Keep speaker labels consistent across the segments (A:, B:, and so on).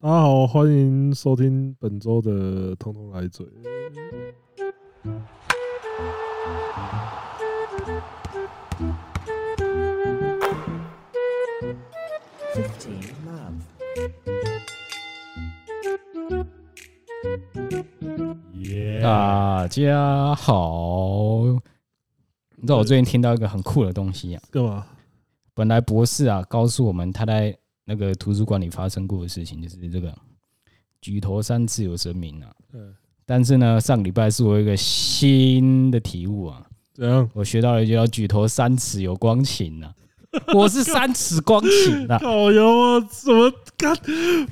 A: 大家好，欢迎收听本周的《通通来嘴》。
B: 15 love.
C: 大家好，你知道我最近听到一个很酷的东西啊。
A: 干嘛？
C: 本来博士啊告诉我们他在那个图书馆里发生过的事情，就是这个举头三尺有神明啊。
A: 嗯，
C: 但是呢，上礼拜是我有一个新的体悟啊，
A: 怎样？
C: 我学到了一句叫“举头三尺有光晴”啊，我是三尺光晴啊。
A: 搞油啊！怎么干？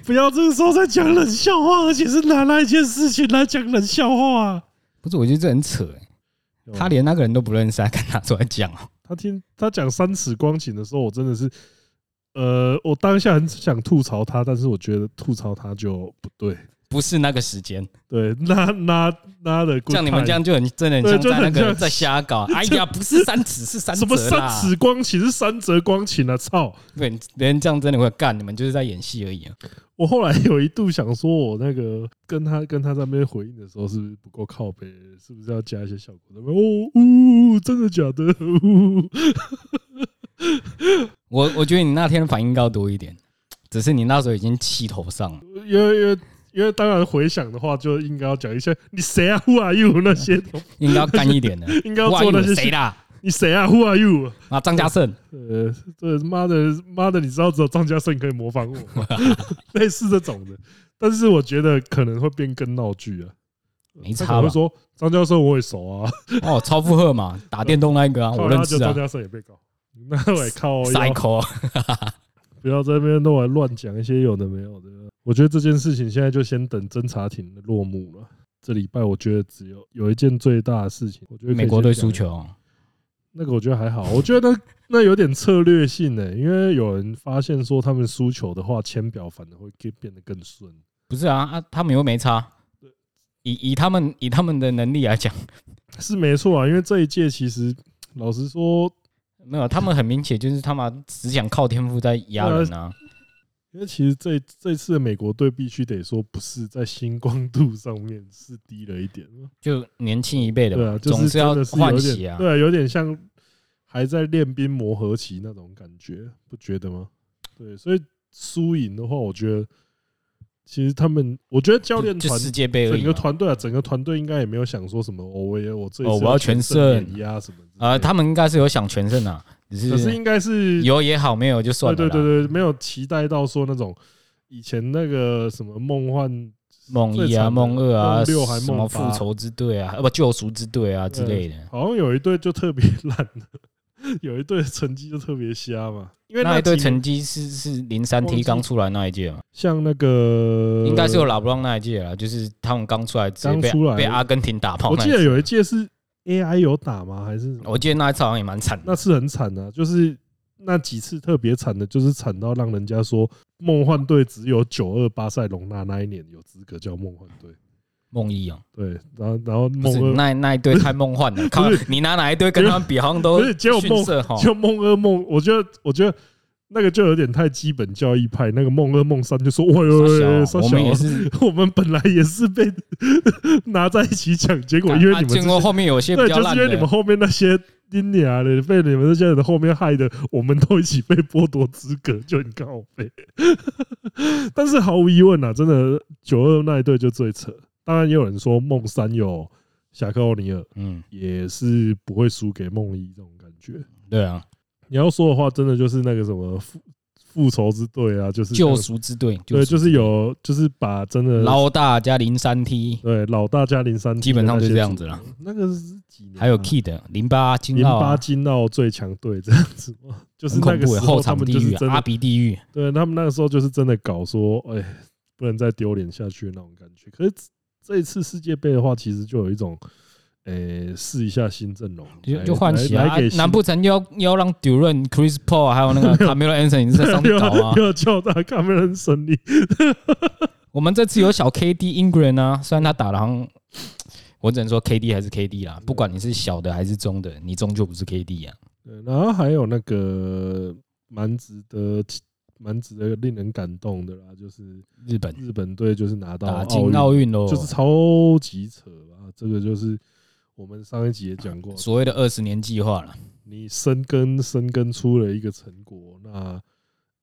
A: 不要这个时候再讲冷笑话，而且是拿那一件事情来讲冷笑话、啊。
C: 不是，我觉得这很扯、欸，他连那个人都不认识，还敢拿出来讲啊？
A: 他听他讲三尺光景的时候，我真的是，呃，我当下很想吐槽他，但是我觉得吐槽他就不对。
C: 不是那个时间，
A: 对，那那那的，
C: 像你们这样就很真的很
A: 对
C: 像
A: 就
C: 在那
A: 很
C: 个
A: 像
C: 在瞎搞。 哎呀，不是三尺，是三
A: 什
C: 折
A: 么三
C: 啦
A: 尺光景是三折光景啊！操！
C: 对，别人这样真的会干，你们就是在演戏而已啊！
A: 我后来有一度想说，我那个跟他跟他在那边回应的时候，是不是不够靠背？是不是要加一些效果？那边哦呜，真的假的？呜，
C: 我我觉得你那天反应要多一点，只是你那时候已经气头上了。
A: 因为因为因为当然回想的话，就应该要讲一些你谁啊？Who are you？那 些
C: 应该要干一点的，
A: 应该要做那些
C: 哇有谁啦？
A: 你谁啊？Who are you？
C: 啊，张家盛，
A: 呃，这妈的妈的，你知道只有张家盛可以模仿我 吗， 类似这种的。但是我觉得可能会变更闹剧啊。
C: 没
A: 他
C: 差
A: 可
C: 吧
A: 能会说张家盛我也熟啊，
C: 哦，超负荷嘛，打电动那一个啊，我
A: 靠他
C: 认
A: 就
C: 识啊
A: 张家盛也被告。 那我也靠腰
C: ，Cycle，
A: 不要在那边弄来乱讲一些有的没有的。我觉得这件事情现在就先等侦查庭的落幕了。这礼拜我觉得只有有一件最大的事情，我觉得可以
C: 美国队
A: 先讲
C: 输球哦，
A: 那个我觉得还好，我觉得那那有点策略性呢、因为有人发现说他们输球的话，签表反而会更变得更顺。
C: 不是啊啊，他们又没差。以以他们以他们的能力来讲，
A: 是没错啊，因为这一届其实老实说，
C: 没有，他们很明显就是他妈只想靠天赋在压人啊。
A: 因为其实这这次的美国队必须得说不是在星光度上面是低了一点。
C: 就年轻一辈的
A: 对
C: 嘛，
A: 啊，就
C: 总
A: 是
C: 要
A: 真的是
C: 换
A: 有
C: 血
A: 点
C: 啊。
A: 对啊，有点像还在练兵磨合期那种感觉，不觉得吗？对，所以输赢的话，我觉得其实他们，我觉得教练
C: 就就
A: 团
C: 世界杯而
A: 整
C: 已
A: 个
C: 嘛。
A: 团队啊，整个团队应该也没有想说什么，哦，我也我这一
C: 哦
A: 次
C: 我要
A: 全
C: 全胜
A: 碾压什么之类的
C: 呃，他们应该是有想全胜啊，只
A: 可是
C: 是
A: 应该是
C: 有也好，没有就算
A: 对
C: 了
A: 对
C: 啦。
A: 对对，没有期待到说那种以前那个什么梦幻
C: 梦一
A: 最惨
C: 啊，
A: 的
C: 梦二啊，
A: 梦六还
C: 什么
A: 梦八
C: 复仇之队啊，呃不救赎之队啊之类的。
A: 好像有一队就特别烂，有一队成绩就特别瞎嘛。因为
C: 那一
A: 队
C: 队成绩是是零三
A: 忘记
C: T 刚出来那一届嘛，
A: 像那个
C: 应该是有老布朗那一届啊，就是他们刚出来直接被
A: 刚出来
C: 被阿根廷打爆
A: 我
C: 那
A: 记
C: 一
A: 得
C: 次。
A: 有一届是 AI 有打吗？还是什么
C: 我记得那一次好像也蛮惨的，
A: 那次很惨啊，就是那几次特别惨的，就是惨到让人家说梦幻队只有九二巴塞隆纳那一年有资格叫梦幻队。
C: 梦一啊，
A: 对，然后然后
C: 不
A: 梦
C: 是
A: 二
C: 那那一队太梦幻了，靠
A: 不是
C: 你拿哪一队跟他们比，好像都
A: 不是结果梦
C: 逊色哈。
A: 就梦二梦，我觉得我觉得那个就有点太基本教义派，那个梦二梦三就说，哇哟，
C: 傻
A: 喂
C: 小
A: 傻
C: 啊
A: 呃
C: 我
A: 小
C: 们也是，
A: 我们本来也是被 拿在一起讲，结果因为
C: 啊
A: 你们这
C: 见过后面有些比
A: 对，
C: 较
A: 就是
C: 烂
A: 因为你们
C: 的，
A: 后面那些丁娘的被你们这些人的后面害的，我们都一起被剥夺资格，就很高飞。 但是毫无疑问啊，真的九二那一队就最扯。当然也有人说梦三有侠客欧尼尔，
C: 嗯，
A: 也是不会输给梦一这种感觉。
C: 对啊，
A: 你要说的话，真的就是那个什么复复仇之队啊，就是
C: 救赎之队，
A: 对，
C: 救赎
A: 就是有就是把真的
C: 捞大加零三 T，
A: 对老大加零三，
C: 基本上就是这样子啦。
A: 那个是几年啊？
C: 还有 Kid 零八金
A: 零
C: 澳
A: 八
C: 啊，
A: 金澳最强队这样子嘛， 就是
C: 很
A: 那
C: 恐
A: 个
C: 怖
A: 时候
C: 欸，后
A: 他
C: 场
A: 们
C: 地
A: 就是
C: 狱
A: 真
C: 啊，阿
A: 的，
C: 鼻地狱，
A: 对他们那个时候就是真的搞说，哎，不能再丢脸下去那种感觉。可是这一次世界杯的话，其实就有一种，哎，试一下新阵容，
C: 就
A: 来
C: 就换血
A: 来
C: 啊
A: 来给！新
C: 难不成又要又要让 Duran、Chris Paul 还有那
A: ？
C: 个 Camilo Anthony 在上面搞啊
A: 又要叫他看没人胜利，
C: 我们这次有小 KD England 啊，虽然他打的好像，我只能说 KD 还是 KD 啦，不管你是小的还是中的，你终究不是 KD 啊。
A: 对，然后还有那个蛮值得期蛮值得令人感动的啦，就是
C: 日本
A: 日本队就是拿到
C: 打
A: 奥
C: 进
A: 运
C: 奥运喽，
A: 哦就是超
C: 哦
A: 级扯啊！这个就是我们上一集也讲过，
C: 所谓的二十年计划了。
A: 你深耕深耕出了一个成果，那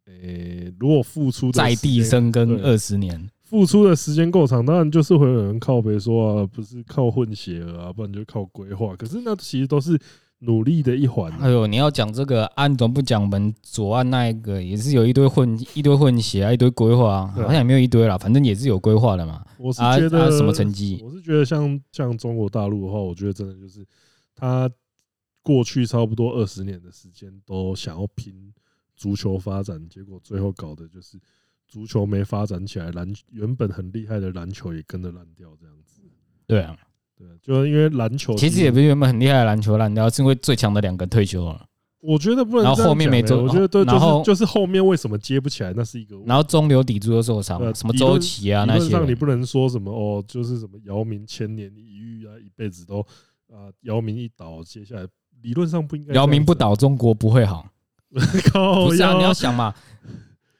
A: 呃、如果付出的
C: 在地
A: 时间
C: 生根
A: 对
C: 二十年，
A: 付出的时间够长，当然就是会有人靠北说啊，不是靠混血儿啊，不然就靠规划。可是那其实都是努力的一环啊、
C: 哎呦，你要讲这个，啊，你怎么不讲我们左岸那一个也是有一堆混一堆混血啊，一堆规划啊，
A: 对啊
C: 好像也没有一堆啦，反正也是有规划的嘛。
A: 我是
C: 啊
A: 觉得、
C: 啊，什么成绩？
A: 我是觉得像像中国大陆的话，我觉得真的就是他过去差不多二十年的时间都想要拼足球发展，结果最后搞的就是足球没发展起来，篮原本很厉害的篮球也跟着烂掉这样子。
C: 对啊，
A: 对，就是因为篮球
C: 其实也不是原本很厉害的篮球烂掉，是因为最强的两个退休
A: 嗯
C: 了，
A: 我觉得不能
C: 然后
A: 这样
C: 后面
A: 讲
C: 没
A: 欸
C: 做
A: 我觉得对，就
C: 然后
A: 是就是后面为什么接不起来，那是一个问题。
C: 然后中流砥柱又受
A: 对啊
C: 伤，什么
A: 理论
C: 周琦啊
A: 理
C: 那
A: 论
C: 些
A: 上你
C: 人，
A: 不能说什么哦，就是什么姚明千年一遇啊，一辈子都啊、姚明一倒，接下来理论上不应该这样
C: 姚
A: 子啊
C: 明不，倒，中国不会好。
A: 靠
C: 不是啊，
A: 腰
C: 你要想嘛，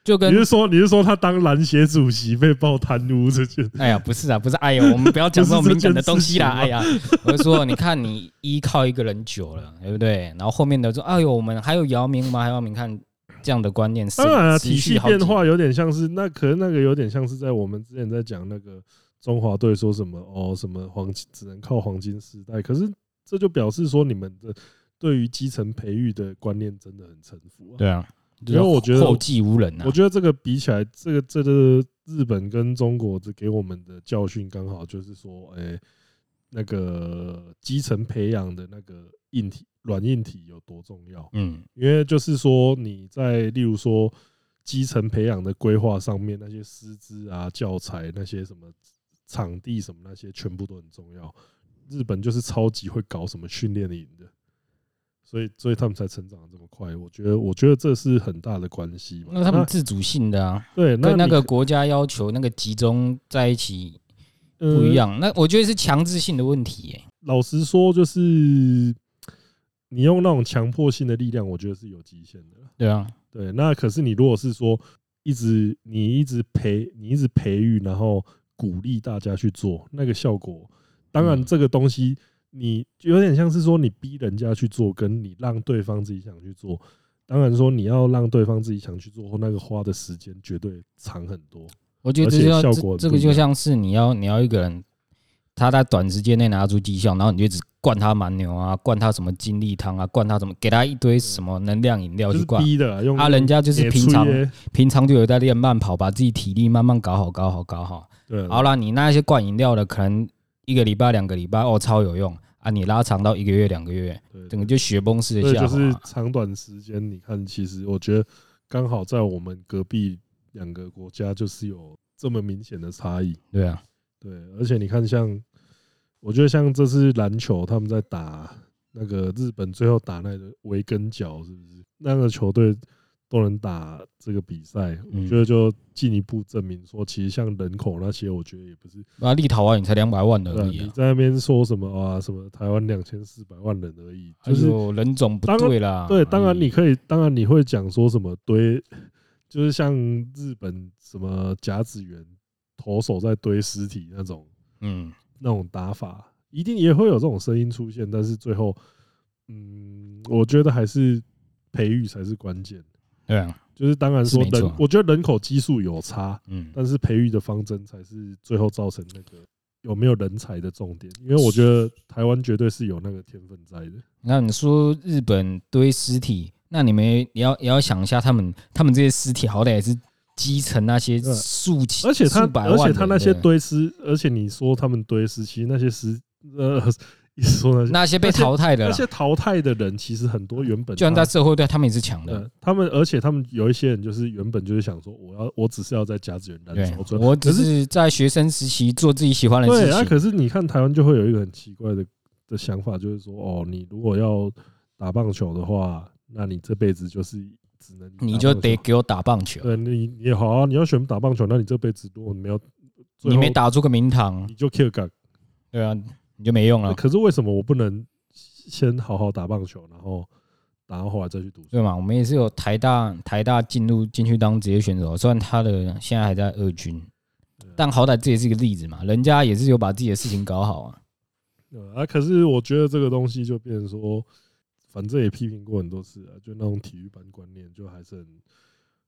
C: 就
A: 你
C: 跟
A: 是说你是说他当篮协主席被曝贪污这件？
C: 哎呀，不是啊，不是，哎呀，我们不要讲这种敏感的东西啦。
A: 不是
C: 哎呀，我就说，你看你依靠一个人久了， 对不对？然后后面的说，哎呦，我们还有姚明吗？还有姚明，看这样的观念是
A: 当然啊，
C: 持
A: 体
C: 续
A: 系
C: 好几
A: 变化有点像是那，可能那个有点像是在我们之前在讲那个中华队说什么哦，什么黄金只能靠黄金时代，可是这就表示说你们的对于基层培育的观念真的很陈腐啊。
C: 对啊，
A: 因为我觉得
C: 后继无人啊
A: 我。觉得这个比起来，这个这个日本跟中国这给我们的教训刚好就是说，诶、那个基层培养的那个硬体软硬体有多重要。
C: 嗯，
A: 因为就是说你在例如说基层培养的规划上面，那些师资啊、教材那些什么场地什么那些，全部都很重要。日本就是超级会搞什么训练营的，所以所以他们才成长得这么快。我觉得，我觉得这是很大的关系嘛。
C: 那他们自主性的啊，
A: 对那
C: 跟那
A: 你
C: 个国家要求那个集中在一起
A: 呃
C: 不一样。那我觉得是强制性的问题耶。
A: 老实说，就是你用那种强迫性的力量，我觉得是有极限的啦。
C: 对啊，
A: 对，那可是你如果是说一直你一直培你一直培育，然后鼓励大家去做那个效果，当然
C: 嗯
A: 这个东西你有点像是说你逼人家去做，跟你让对方自己想去做。当然说你要让对方自己想去做，那个花的时间绝对长很多。
C: 我觉得
A: 而
C: 这
A: 且
C: 就要
A: 效
C: 这
A: 果
C: 这
A: 不
C: 个
A: 一
C: 就
A: 样
C: 像是你要你要一个人，他在短时间内拿出绩效，然后你就一直灌他蛮牛啊，灌他什么精力汤啊，灌他什么，给他一堆什么能量饮料
A: 就
C: 去
A: 是
C: 灌。
A: 逼的啦，用
C: 啊，人家就是
A: 野
C: 平
A: 炊
C: 常
A: 耶
C: 平常就有在练慢跑，把自己体力慢慢搞好，搞好，搞好。
A: 对
C: 好
A: 了，
C: 啦，你那些灌饮料的，可能一个礼拜、两个礼拜哦，超有用啊！你拉长到一个月、两个月，
A: 对
C: 整个就雪崩式的
A: 对，
C: 下
A: 就
C: 滑。
A: 是长短时间，你看，其实我觉得刚好在我们隔壁两个国家就是有这么明显的差异。
C: 对啊，
A: 对，而且你看像，我觉得像这次篮球他们在打那个日本最后打那个维根角，是不是那个球队都能打这个比赛？我
C: 嗯
A: 觉得就进一步证明说，其实像人口那些，我觉得也不是
C: 那啊立陶宛你才两百万
A: 对啊
C: 而已
A: 你
C: 啊，
A: 在那边说什么啊，什么台湾两千四百万人而已，就是
C: 哎呦人种不
A: 当然
C: 对啦。
A: 对，当然
C: 哎
A: 你可以，当然你会讲说什么堆， 就是像日本什么甲子园投手在堆尸体那种
C: 嗯，
A: 那种打法，一定也会有这种声音出现，但是最后，嗯，我觉得还是培育才是关键。
C: 对啊，
A: 就是当然
C: 是
A: 说
C: 没
A: 人
C: 错，
A: 我觉得人口基数有差，
C: 嗯。
A: 但是培育的方针才是最后造成那个有没有人才的重点。因为我觉 得台湾绝对是有那个天分在的。
C: 那你说日本堆尸体，那你们也要也要想一下，他们他们这些尸体好歹也是基层那些
A: 对啊
C: 数千，
A: 而且他
C: 数百
A: 而
C: 万
A: 且
C: 人
A: 他那些
C: 的
A: 堆尸，而且你说他们堆尸，其实那些尸呃，一直说那些
C: 那些被淘汰的
A: 那
C: 啦，
A: 些淘汰的人，其实很多原本
C: 就算在
A: 他
C: 社会队，他们也是强的
A: 呃。，他们而且他们有一些人就是原本就是想说，我要我只是要在甲子园燃
C: 对
A: 烧，最后
C: 我只
A: 可是
C: 是在学生时期做自己喜欢的
A: 对
C: 事
A: 啊，
C: 情。
A: 可是你看台湾就会有一个很奇怪的的想法，就是说哦，你如果要打棒球的话，那你这辈子就是只能
C: 你
A: 打
C: 就
A: 棒
C: 得
A: 球
C: 给我打棒球，
A: 对你你好啊，你要选打棒球，那你这辈子如果没有最
C: 你没
A: 后
C: 打出个名堂
A: 你，就 kill 感。
C: 对啊，你就没用了。
A: 可是为什么我不能先好好打棒球，然后然后后来再去读书。
C: 对啊嘛？我们也是有台大台大进入进去当职业选手，虽然他的现在还在二军，
A: 啊
C: 但好歹这也是一个例子嘛，人家也是有把自己的事情搞好啊。
A: 对啊，可是我觉得这个东西就变成说，反正也批评过很多次啊，就那种体育班观念，就还是很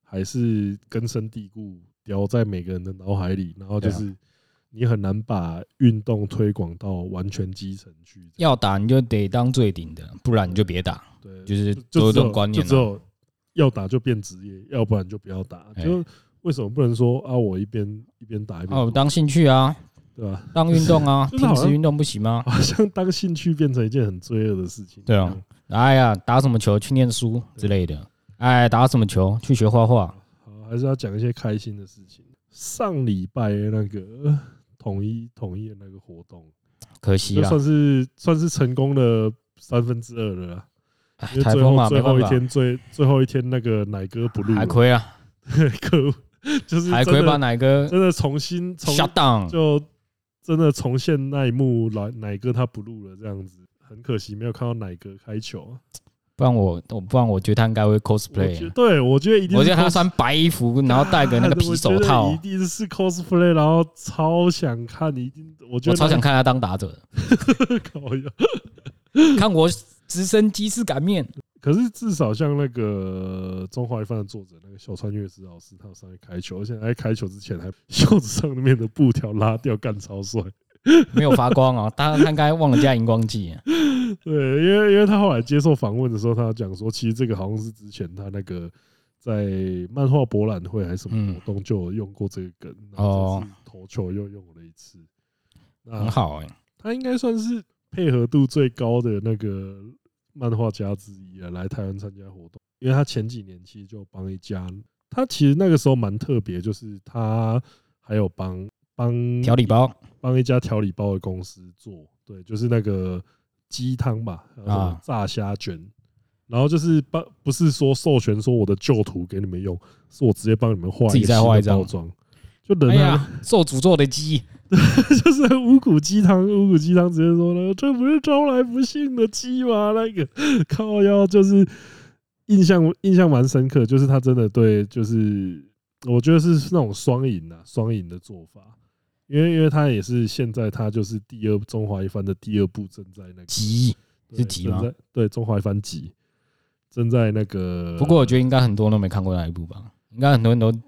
A: 还是根深蒂固，雕在每个人的脑海里，然后就
C: 对啊
A: 是你很难把运动推广到完全基层去。
C: 要打你就得当最顶的，不然你就别打。
A: 对，
C: 就是
A: 就只
C: 都这
A: 有
C: 种观念啊
A: 就只有要打就变职业，要不然就不要打。
C: 哎
A: 就为什么不能说啊，我一边一边打一边
C: 哦，
A: 读
C: 当兴趣啊，
A: 对吧？
C: 当运 动啊，
A: 就是好哦像
C: 平时运动不 行吗？
A: 好像当兴趣变成一件很罪恶的事情。
C: 对啊，哎呀，打什么球去念书之类的，哎，打什么球去学画画，
A: 好，还是要讲一些开心的事情。上礼拜那个呃统一统一的那个活动，
C: 可惜啊
A: 就
C: 啦
A: 算，是算是成功了三分之二了啦。
C: 哎
A: 因为
C: 台
A: 最
C: 风嘛，
A: 后
C: 没
A: 最后
C: 办
A: 一
C: 法，
A: 天最最后一天那个奶哥 不录了，
C: 海葵啊，
A: 可恶，就是
C: 海葵
A: 真的
C: 把哪个
A: 真的重新重
C: shut down？
A: 就真的重现那一幕，奶奶哥他不录了这样子，很可惜没有看到奶哥开球啊。
C: 不然我我不然我觉得他应该会
A: 我觉
C: cosplay 啊。
A: 对，我觉得一定是 cos，
C: 我觉得他穿白衣服，然后戴个 那个
A: 啊
C: 皮
A: 我觉
C: 手
A: 得
C: 套
A: 一，定是 cosplay，然后超想看，一定我觉
C: 我
A: 得
C: 超想看他当打者，
A: 看。
C: 看我直升机式擀面。
A: 可是至少像那个《中华一番》的作者那个小川月之老师，他有上去开球，而且他在开球之前还袖子上面的布条拉掉，干超帅。
C: 没有发光哦，他他应该忘了加荧光剂啊。
A: 对，因为因为他后来接受访问的时候，他有讲说，其实这个好像是之前他那个在漫画博览会还是什么活
C: 嗯
A: 动就有用过这个梗，然后这次投球又用了一次，那
C: 哦很好哎、
A: 他应该算是配合度最高的那个漫画家之一啊，来台湾参加活动，因为他前几年其实就帮一家，他其实那个时候蛮特别，就是他还有帮帮
C: 调理包
A: 帮一家调理包的公司做，对，就是那个鸡汤吧，还有什么
C: 啊
A: 炸虾卷，然后就是帮不是说授权说我的旧图给你们用，是我直接帮你们画
C: 自己
A: 个
C: 再
A: 新
C: 画
A: 的
C: 一张
A: 包装，就人
C: 哎
A: 还
C: 呀，受诅咒的鸡，
A: 就是五谷鸡汤，五谷鸡汤直接说了，这不是招来不幸的鸡吗？那个靠腰就是印象印象蛮深刻，就是他真的对，就是我觉得是那种双赢啊，双赢的做法，因为因为他也是现在他就是第二中华一番的第二部正在那个
C: 鸡。
A: 对
C: 是集吗
A: 正在对中华一番集正在那个，
C: 不过我觉得应该很多人都没看过那一部吧，应该很多人都
A: 哎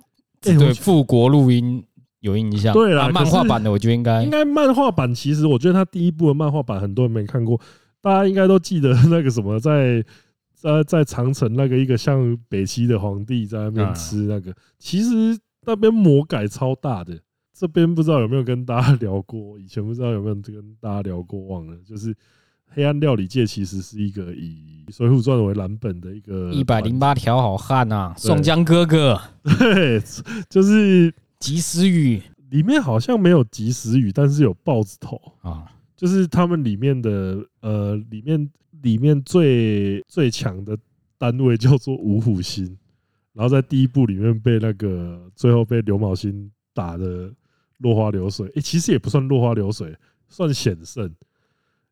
C: 只
A: 我
C: 对
A: 觉
C: 复国录音有印象。
A: 对啦
C: 啊
A: 可
C: 漫画
A: 是
C: 版的我觉得应该
A: 应该漫画版，其实我觉得他第一部的漫画版很多人没看过，大家应该都记得那个什么在。 在在长城那个一个像北齐的皇帝在那边
C: 嗯
A: 吃那个，其实那边魔改超大的，这边不知道有没有跟大家聊过，以前不知道有没有跟大家聊过，忘了。就是黑暗料理界其实是一个以《水浒传》为蓝本的一个
C: 一百零八条好汉啊，
A: 对
C: 宋江哥哥、
A: 团， 对，就是
C: 及时雨
A: 里面好像没有及时雨，但是有豹子头，
C: 啊，
A: 就是他们里面的呃，里面里面最最强的单位叫做五虎星，然后在第一部里面被那个最后被刘卯星打的落花流水，诶、其实也不算落花流水，算险胜，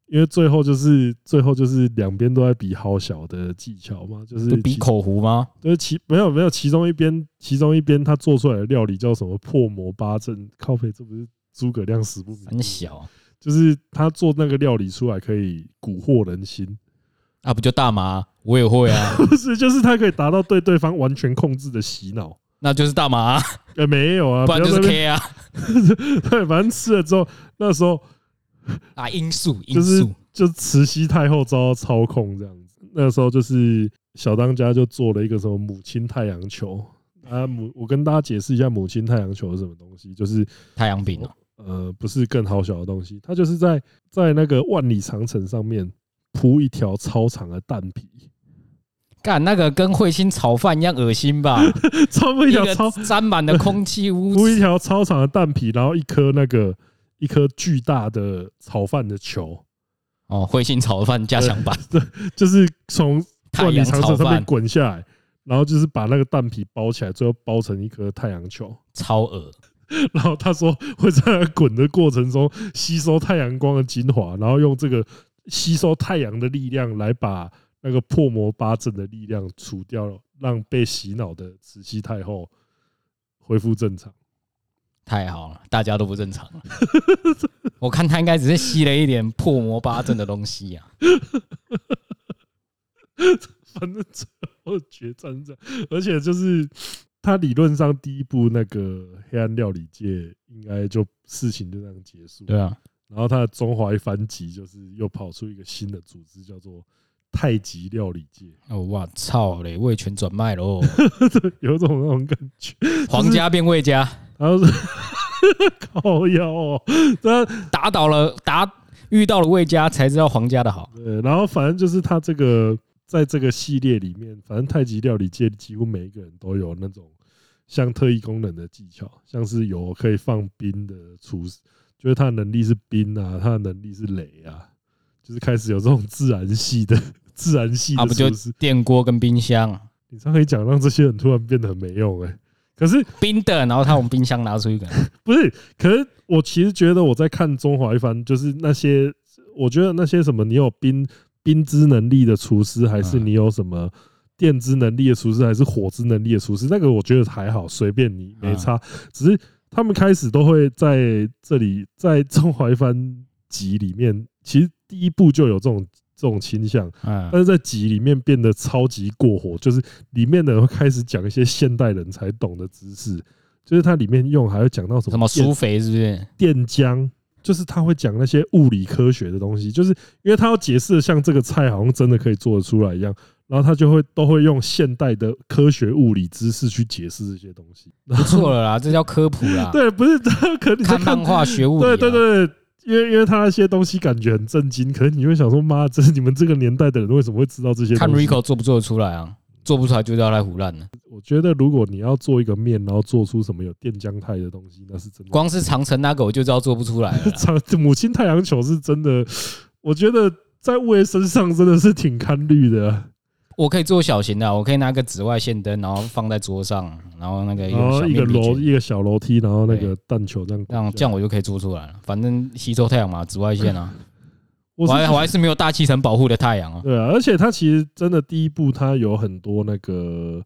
A: 因为最后就是最后就是两边都在比好小的技巧嘛，就是
C: 不比
A: 其
C: 口胡吗？
A: 就是其没有没有，其中一边其中一边他做出来的料理叫什么破魔八阵，靠背这不是诸葛亮死不瞑目
C: 很小啊
A: 就是他做那个料理出来可以蛊惑人心，
C: 啊，不就大麻？我也会啊，
A: 不是，就是他可以达到对对方完全控制的洗脑。
C: 那就是大麻啊，
A: 呃，没有啊，
C: 不然
A: 要
C: 就
A: 在
C: 是
A: 那边
C: K 啊
A: 对，反正吃了之后，那时候
C: 啊，因素因
A: 就是
C: 素
A: 就是慈禧太后遭到操控这样子。那时候就是小当家就做了一个什么母亲太阳球啊，母我跟大家解释一下母亲太阳球是什么东西，就是
C: 太阳饼哦，
A: 呃，不是更好小的东西，它就是在在那个万里长城上面铺一条超长的蛋皮，
C: 干那个跟彗星炒饭一样恶心 吧？
A: 超一
C: 一
A: 条
C: 个
A: 超
C: 沾满了空气污
A: 铺一
C: 渍，
A: 条超长的蛋皮，然后一颗那个一颗巨大的炒饭的球，
C: 哦，彗星炒饭加强版，
A: 就是从
C: 太
A: 万里
C: 阳
A: 长
C: 炒
A: 城上面
C: 饭
A: 滚下来，然后就是把那个蛋皮包起来，最后包成一颗太阳球。
C: 超恶，
A: 然后他说会在那滚的过程中吸收太阳光的精华，然后用这个吸收太阳的力量来把那个破魔八阵的力量除掉了，让被洗脑的慈禧太后恢复正常。
C: 太好了，大家都不正常 了。我看他应该只是吸了一点破魔八阵的东西啊呀、
A: 反正最后决战是这样，而且就是他理论上第一部那个黑暗料理界应该就事情就这样结束。
C: 对啊，
A: 然后他的中华一番集就是又跑出一个新的组织，叫做太极料理界，
C: 哦哇操嘞，魏权转卖喽，
A: 有种那种感觉。
C: 皇家变魏家，
A: 然后是 靠腰哦，他
C: 打倒了打遇到了魏家，才知道皇家的好。
A: 对，然后反正就是他这个在这个系列里面，反正太极料理界几乎每一个人都有那种像特异功能的技巧，像是有可以放冰的厨师，就是他的能力是冰啊，他的能力是雷啊，就是开始有这种自然系的 自然系
C: 啊，
A: 的
C: 不就
A: 厨师。
C: 电锅跟冰箱
A: 你这样一讲，让这些人突然变得很没用哎、可是
C: 冰的，然后他从冰箱拿出一个，
A: 不是，可是我其实觉得我在看《中华一番》，就是那些，我觉得那些什么，你有冰冰之能力的厨师，还是
C: 嗯
A: 你有什么电之能力的厨师，还是火之能力的厨师，那个我觉得还好，随便你没差。只是他们开始都会在这里，在 《中华一番》集里面，其实第一部就有这种这种倾向，
C: 嗯
A: 但是在集里面变得超级过火，就是里面的人会开始讲一些现代人才懂的知识，就是它里面用还会讲到什么
C: 什么
A: 电
C: 苏肥是不是？
A: 电浆，就是他会讲那些物理科学的东西，就是因为他要解释的像这个菜好像真的可以做得出来一样，然后他就会都会用现代的科学物理知识去解释这些东西。
C: 不错了啦，这 叫科普啦。
A: 对，不是， 可能你在
C: 啊看
A: 看
C: 漫画学物理、
A: 对
C: 啊
A: 对，对，因为因为他那些东西感觉很震惊，可是你会想说，妈，这是 你们这个年代的人为什么会知道这些？
C: 看
A: 东西？
C: Rico 做不做得出来啊？做不出来就叫他胡乱了。
A: 我觉得如果你要做一个面，然后做出什么有电浆态的东西，那是真的。
C: 光是长城那个我就知道做不出来 了啦。
A: 长母亲太阳球是真的，我觉得在卫生上真的是挺堪虑的啊。
C: 我可以做小型的啊，我可以拿个紫外线灯，然后放在桌上，然后那个
A: 然
C: 用
A: 后
C: 哎小
A: 哦一
C: 面
A: 个
C: 笔
A: 楼
C: 卷，
A: 一个小楼梯，然后那个弹球这样啊
C: 这样
A: 滚
C: 这
A: 下来。
C: 样我就可以做出来了。反正吸收太阳嘛，紫外 线啊，
A: 我
C: 我还
A: 是
C: 我还是没有大气层保护的太阳啊。
A: 对啊，而且它其实真的第一部它有很多那个，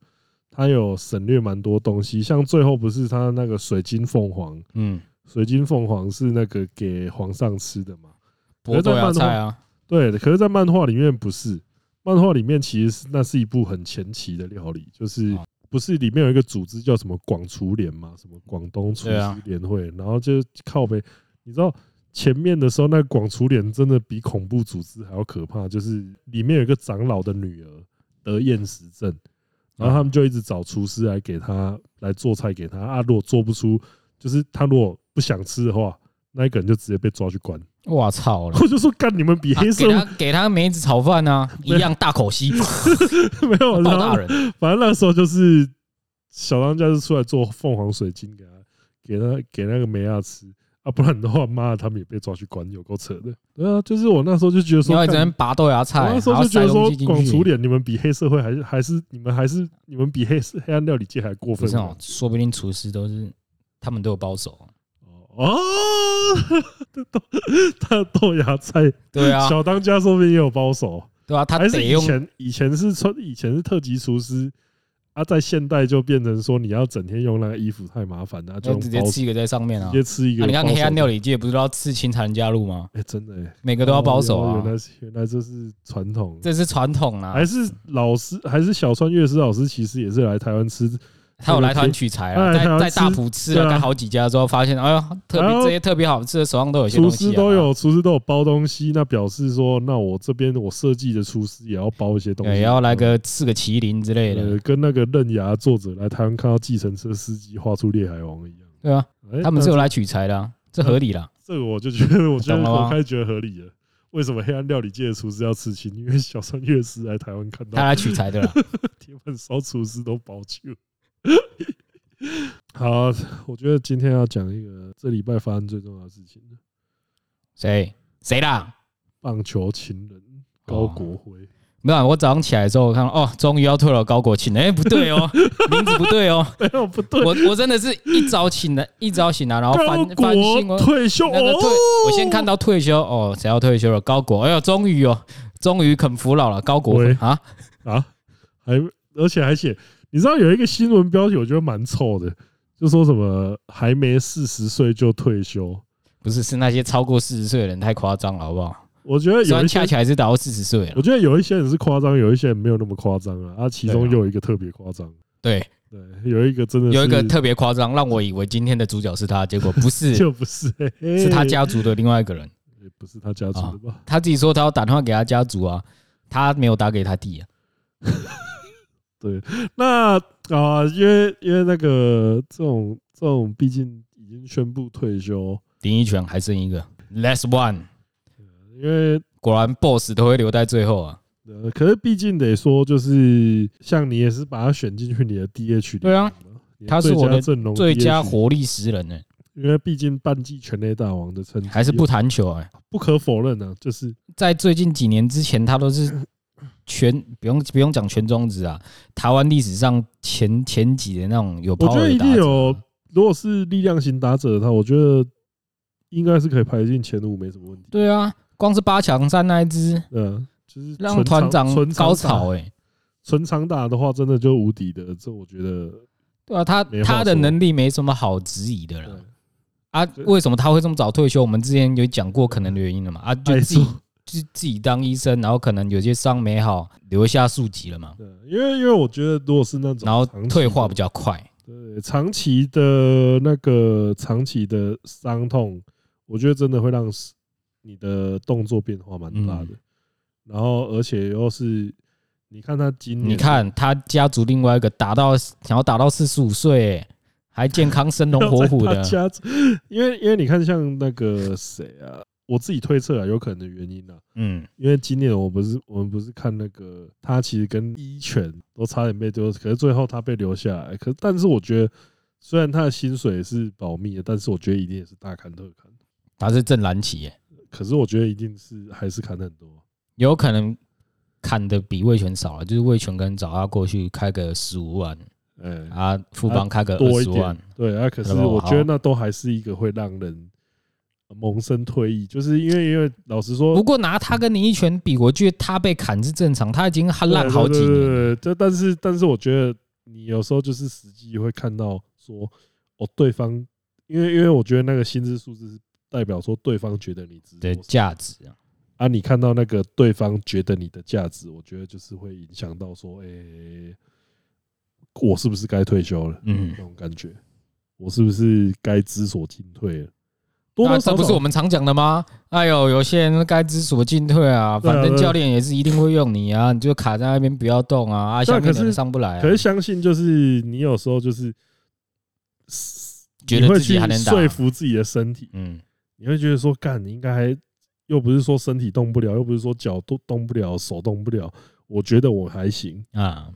A: 它有省略蛮多东西，像最后不是它那个水晶凤凰，
C: 嗯，
A: 水晶凤凰是那个给皇上吃的嘛。
C: 博多要菜啊，
A: 对，可是，在漫画里面不是，漫画里面其实是那是一部很前期的料理，就是
C: 哦
A: 不是里面有一个组织叫什么广厨联嘛，什么广东厨
C: 对
A: 师
C: 啊
A: 联会，然后就靠北，你知道前面的时候，那个广厨联真的比恐怖组织还要可怕，就是里面有一个长老的女儿得厌食症，然
C: 啊
A: 后他们就一直找厨师来给他来做菜给他啊，如果做不出，就是他如果不想吃的话，那一个人就直接被抓去关。
C: 我操了！
A: 我就说干你们比
C: 啊
A: 黑社
C: 给
A: 会
C: 他给他梅子炒 饭啊，一样大口吸，
A: 没有，
C: 爆
A: 然
C: 大
A: 后
C: 人。
A: 反正那时候就是小当家就出来做凤凰水晶给他给他给那个梅亚吃啊，不然的话，妈的他们也被抓去关，有够扯的。对啊，就是我那时候就觉得
C: 然
A: 说，
C: 后
A: 干
C: 一边拔豆芽菜，
A: 我那
C: 然
A: 时
C: 后
A: 候就觉得
C: 塞东
A: 说
C: 西，进
A: 广厨
C: 去。
A: 脸你们比黑社会还是还是你们还是你们比黑黑暗料理界还过
C: 不
A: 分
C: 是哦，说不定厨师都是他们都有包手。
A: 哦， 豆他的 豆芽菜，
C: 对啊，
A: 小当家说不定也有包手。
C: 对啊，他
A: 还
C: 得
A: 是以
C: 用
A: 前以前是穿以前是特级厨师，啊，在现代就变成说你要整天用那个衣服太麻烦了、啊，就
C: 就
A: 用
C: 直接
A: 包
C: 吃一个在上面啊
A: 直。接吃一
C: 啊
A: 个。
C: 你看黑暗料
A: 理，
C: 理界不是都要吃清茶人加入吗？
A: 哎，真的欸
C: 每个都要包手
A: 哦
C: 啊
A: 原，来哎是原来这是传统，
C: 这是传统啊
A: 还。是老师还是小川乐师老师，其实也是来台湾吃，
C: 他有来团取
A: 哎
C: 材啊，
A: 台
C: 在
A: 湾
C: 在大
A: 吃
C: 埔吃
A: 对
C: 了
A: 啊
C: 该好几家之后，发现哎呦，特
A: 然
C: 别
A: 后
C: 这些特别好吃的，手上都有一些
A: 厨
C: 东西
A: 师
C: 啊。
A: 都有厨师都有包东西，那表示说，那我这边我设计的厨师也要包一些东西，嗯
C: 对，要来个四个麒麟之类
A: 呃
C: 的，
A: 跟那个刃牙作者来台湾看到计程车司机画出烈海王一样，
C: 对啊，
A: 哎
C: 他们
A: 那
C: 是有来取材的啊，这合 理啦。
A: 这个我就觉得，我觉得
C: 懂了吗
A: 我开始觉得合理了。为什么黑暗料理界的厨师要刺青？因为小川乐师来台湾看
C: 他
A: 到
C: 来取材的啦。
A: 铁板烧厨师都包去了。 好，我觉得今天要讲一个这礼拜发生最重要的事情——
C: 谁谁啦？
A: 棒球情人高国辉。
C: 没有啊，我早上起来的时候，我看到哦，终于要退了高国庆了。哎，不对 哦，名字不对哦。
A: 没有不对，
C: 我我真的是一早醒来，一早醒来，然后
A: 高
C: 翻翻新闻
A: 国，退休
C: 那个退，我先看哦
A: 到
C: 到退休哦，谁要退休了？高国，哎呦，终于哦，终于肯服老了，高国辉
A: 喂
C: 啊，
A: 啊，还而且还写，你知道有一个新闻标题，我觉得蛮臭的，就说什么还没四十岁就退休，
C: 不是是那些超过四十岁的人太夸张了，好不好？
A: 我觉得
C: 虽
A: 哎有
C: 然
A: 一些
C: 恰，恰还是达到四十岁了
A: 我，觉得有一些人是夸张，有一些人没有那么夸张啊，啊，其
C: 对
A: 中
C: 啊
A: 又有一个特别夸张，
C: 对，
A: 对，有一个真的
C: 有一个
A: 是
C: 特别夸张，让我以为今天的主角是他，结果 不是，
A: 就不是、
C: 是他家哦族的另外一个人。
A: 也不是他家族的吧？
C: 他自己说他要打电话给他家族啊，他没有打给他弟啊。
A: 那啊、因为因为那个这种这种，毕竟已经宣布退休，
C: 林一拳还剩一个，last one，
A: 因为
C: 果然 boss 都会留在最后啊。
A: 呃，可是毕竟得说，就是像你也是把他选进去你的 DH 里面嘛，
C: 对啊
A: 你
C: 他是
A: 最
C: 我
A: 佳
C: 的
A: 阵容
C: 最佳
A: DH
C: 活力十人呢、
A: 因为毕竟半季全垒大王的成绩
C: 还是不弹球哎、
A: 不可否认啊，就是
C: 在最近几年之前，他都是全不用不用讲全中职啊，台湾历史上前前几的那种有
A: 我觉
C: power
A: 得
C: 的
A: 一
C: 打
A: 定
C: 者
A: 有
C: 啊，
A: 如果是力量型打者的话，我觉得应该是可以排进前五，没什么问题。
C: 对啊，光是八强赛那一支
A: 嗯，就是
C: 让
A: 纯
C: 团
A: 长
C: 长
A: 纯长
C: 高
A: 打
C: 潮哎、
A: 纯长打的话，真的就无敌的，这我觉得
C: 对啊，他
A: 没话
C: 他的
A: 说
C: 能力没什么好质疑的
A: 对
C: 了。啊，为什么他会这么早退休？我们之前有讲过可能的原因了嘛？啊，就
A: 哎
C: 自己
A: 是
C: 自自己当医生，然后可能有些伤没好，留下宿疾了嘛，
A: 对，啊因为因为我觉得如果是那种
C: 然后
A: 长期
C: 退化
A: 的
C: 比较快。
A: 对，长期的那个长期的伤痛，我觉得真的会让是你的动作变化蛮大的。
C: 嗯
A: 然后，而且又是你看他今年，
C: 你看他家族另外一个打到想要打到四十五岁，还健康 生龙活虎
A: 他
C: 的，啊
A: 家族，因为因为你看像那个谁啊，我自己推测啊，有可能的原因啊，
C: 嗯，
A: 因为今年我不是我们不是看那个他其实跟一拳都差点被丢，可是最后他被留下来。可但是我觉得，虽然他的薪水是保密的，但是我觉得一定也是大砍特砍。
C: 他是正蓝旗耶，
A: 可是我觉得一定是还是砍很多。
C: 有可能砍的比魏权少了，就是魏权可能找他过去开个十五万，
A: 哎、
C: 啊，富邦开个
A: 多
C: 二
A: 一
C: 十万
A: 点，，对啊。可是
C: 那么
A: 我
C: 好
A: 觉得那都还是一个会让人萌生退役，就是因为因为老实说
C: 不，过拿他跟林一拳比，我觉得他被砍是正常，他已经
A: 对
C: 烂好几
A: 对对
C: 年
A: 对对
C: 了。
A: 这但是但是我觉得你有时候就是实际会看到说，哦，对方，因为因为我觉得那个薪资数字是代表说对方觉得你值
C: 的
A: 多少
C: 价值啊。
A: 啊，你看到那个对方觉得你的价值，我觉得就是会影响到说，诶、我是不是该退休了？
C: 嗯
A: 那，种感觉，我是不是该知所进退了？多
C: 那
A: 多
C: 这
A: 少
C: 不是我
A: 少，
C: 们常讲的吗？哎呦，有些人该知所进退啊，
A: 对啊
C: 反正
A: 对啊
C: 教练也是一定会用你啊，你就卡在那边不要动啊，啊，
A: 对
C: 下
A: 啊
C: 面
A: 可
C: 的人
A: 是
C: 上不来啊
A: 可，是相信就是你有时候就是
C: 觉
A: 你
C: 得
A: 会
C: 自己
A: 去
C: 还能打。
A: 说服自己的身体，
C: 嗯，
A: 你会觉得说，干，你应该还又不是说身体动不了，又不是说脚都动不了，手动不了，我觉得我还行
C: 啊，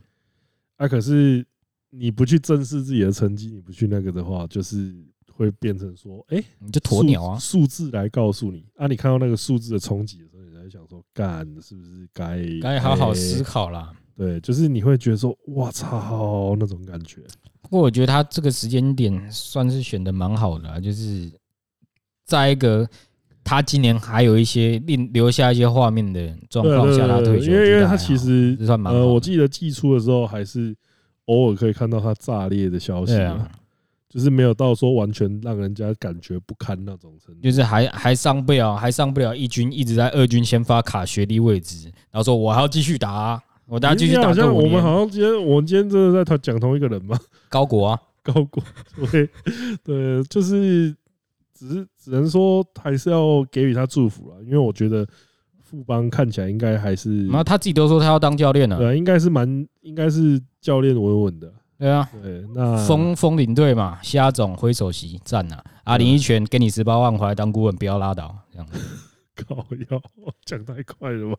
A: 啊。可是你不去正视自己的成绩，你不去那个的话，就是会变成说，哎、
C: 你就鸵鸟啊，
A: 数数字来告诉你啊。你看到那个数字的冲击的时候，你才会想说，干，是不是该
C: 该好好
A: 思
C: 思
A: 考？
C: 考啦。
A: 对，就是你会觉得说，哇操，那种感觉。
C: 不过我觉得他这个时间点算是选的蛮好的、啊，就是在一个他今年还有一些令留下一些画面的状
A: 对
C: 况
A: 对啊
C: 下，他退
A: 对，
C: 休，
A: 因为因为他
C: 他
A: 其实
C: 这算蛮好的
A: 呃，我记得寄出的时候还是偶尔可以看到他炸裂的消息
C: 对
A: 啊
C: 啊。
A: 就是没有到说完全让人家感觉不堪那种程度
C: 就。是还还上不了，还上不了一军，一直在二军先发卡学历位置，然后说我还要继续打啊、我大家继续
A: 你好
C: 打个
A: 像
C: 五
A: 我们
C: 年。
A: 好像今天我们今天真的在讲同一个人 吗？
C: 高国啊，
A: 高国 对对，就是只是只能说还是要给予他祝福了，因为我觉得富邦看起来应该还是
C: 然后他自己都说他要当教练了，
A: 呃应该是蛮应该是教练稳稳的。
C: 对啊，
A: 对，那
C: 风风领队嘛，虾总挥首席赞呐，
A: 啊
C: 阿林一拳给你十八万回来当顾问，不要拉倒，这样
A: 高要讲太快了吧？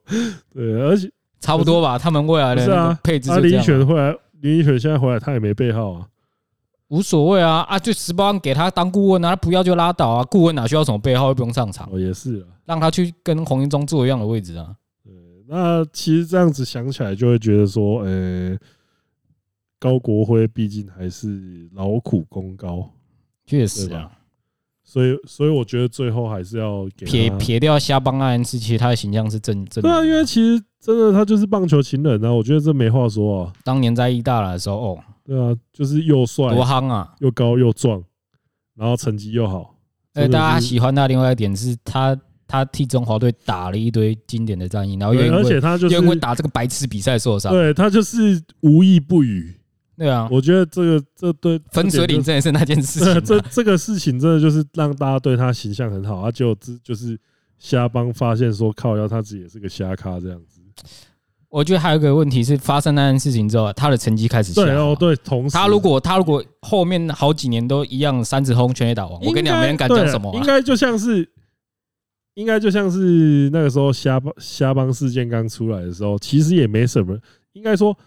A: 对，而且
C: 差不多吧？他们未来的
A: 不是啊
C: 那个配置
A: 阿
C: 就这
A: 林
C: 样
A: 选
C: 嘛，
A: 回来，林一选现在回来他也没背号啊。
C: 无所谓啊啊，就十八万给他当顾问啊，他不要就拉倒啊，顾问哪需要什么背号，又不用上场，
A: 哦，也是啊。
C: 让他去跟洪一中坐一样的位置啊。
A: 对，那其实这样子想起来，就会觉得说，呃、高国辉毕竟还是劳苦功高，
C: 确实
A: 对
C: 啊
A: 吧，所以所以我觉得最后还是要给他
C: 撇撇掉瞎帮爱恩斯，其实他的形象是正正
A: 啊对啊，
C: 面
A: 因
C: 的
A: 为其实真的他就是棒球情人啊，我觉得这没话说啊。
C: 当年在意大了的时候，哦，
A: 对啊，就是又帅
C: 多夯啊！
A: 又高又壮，然后成绩又好。
C: 而且
A: 真的
C: 哎大家
A: 是
C: 喜欢他另外一点是他他替中华队打了一堆经典的战役，然后又
A: 对
C: 因
A: 而且
C: 为
A: 他就
C: 又
A: 是
C: 因为打这个白痴比赛受伤，
A: 对他就是无意不语。
C: 对啊，
A: 我觉得这个这对
C: 分水岭
A: 这
C: 真的是那件事情
A: 点
C: 啊，
A: 就是对这这个事情真的就是让大家对他形象很好，啊，就就是瞎帮发现说靠腰他自己也是个瞎咖这样子。
C: 我觉得还有一个问题是，发生那件事情之后，他的成绩开始下滑
A: 对哦，对，同时
C: 他如果他如果后面好几年都一样三十轰全垒打王，我跟你讲，没人敢讲什么
A: 应
C: 啊、
A: 该就像是，应该就像是那个时候虾帮虾帮事件刚出来的时候，其实也没什么。应该说，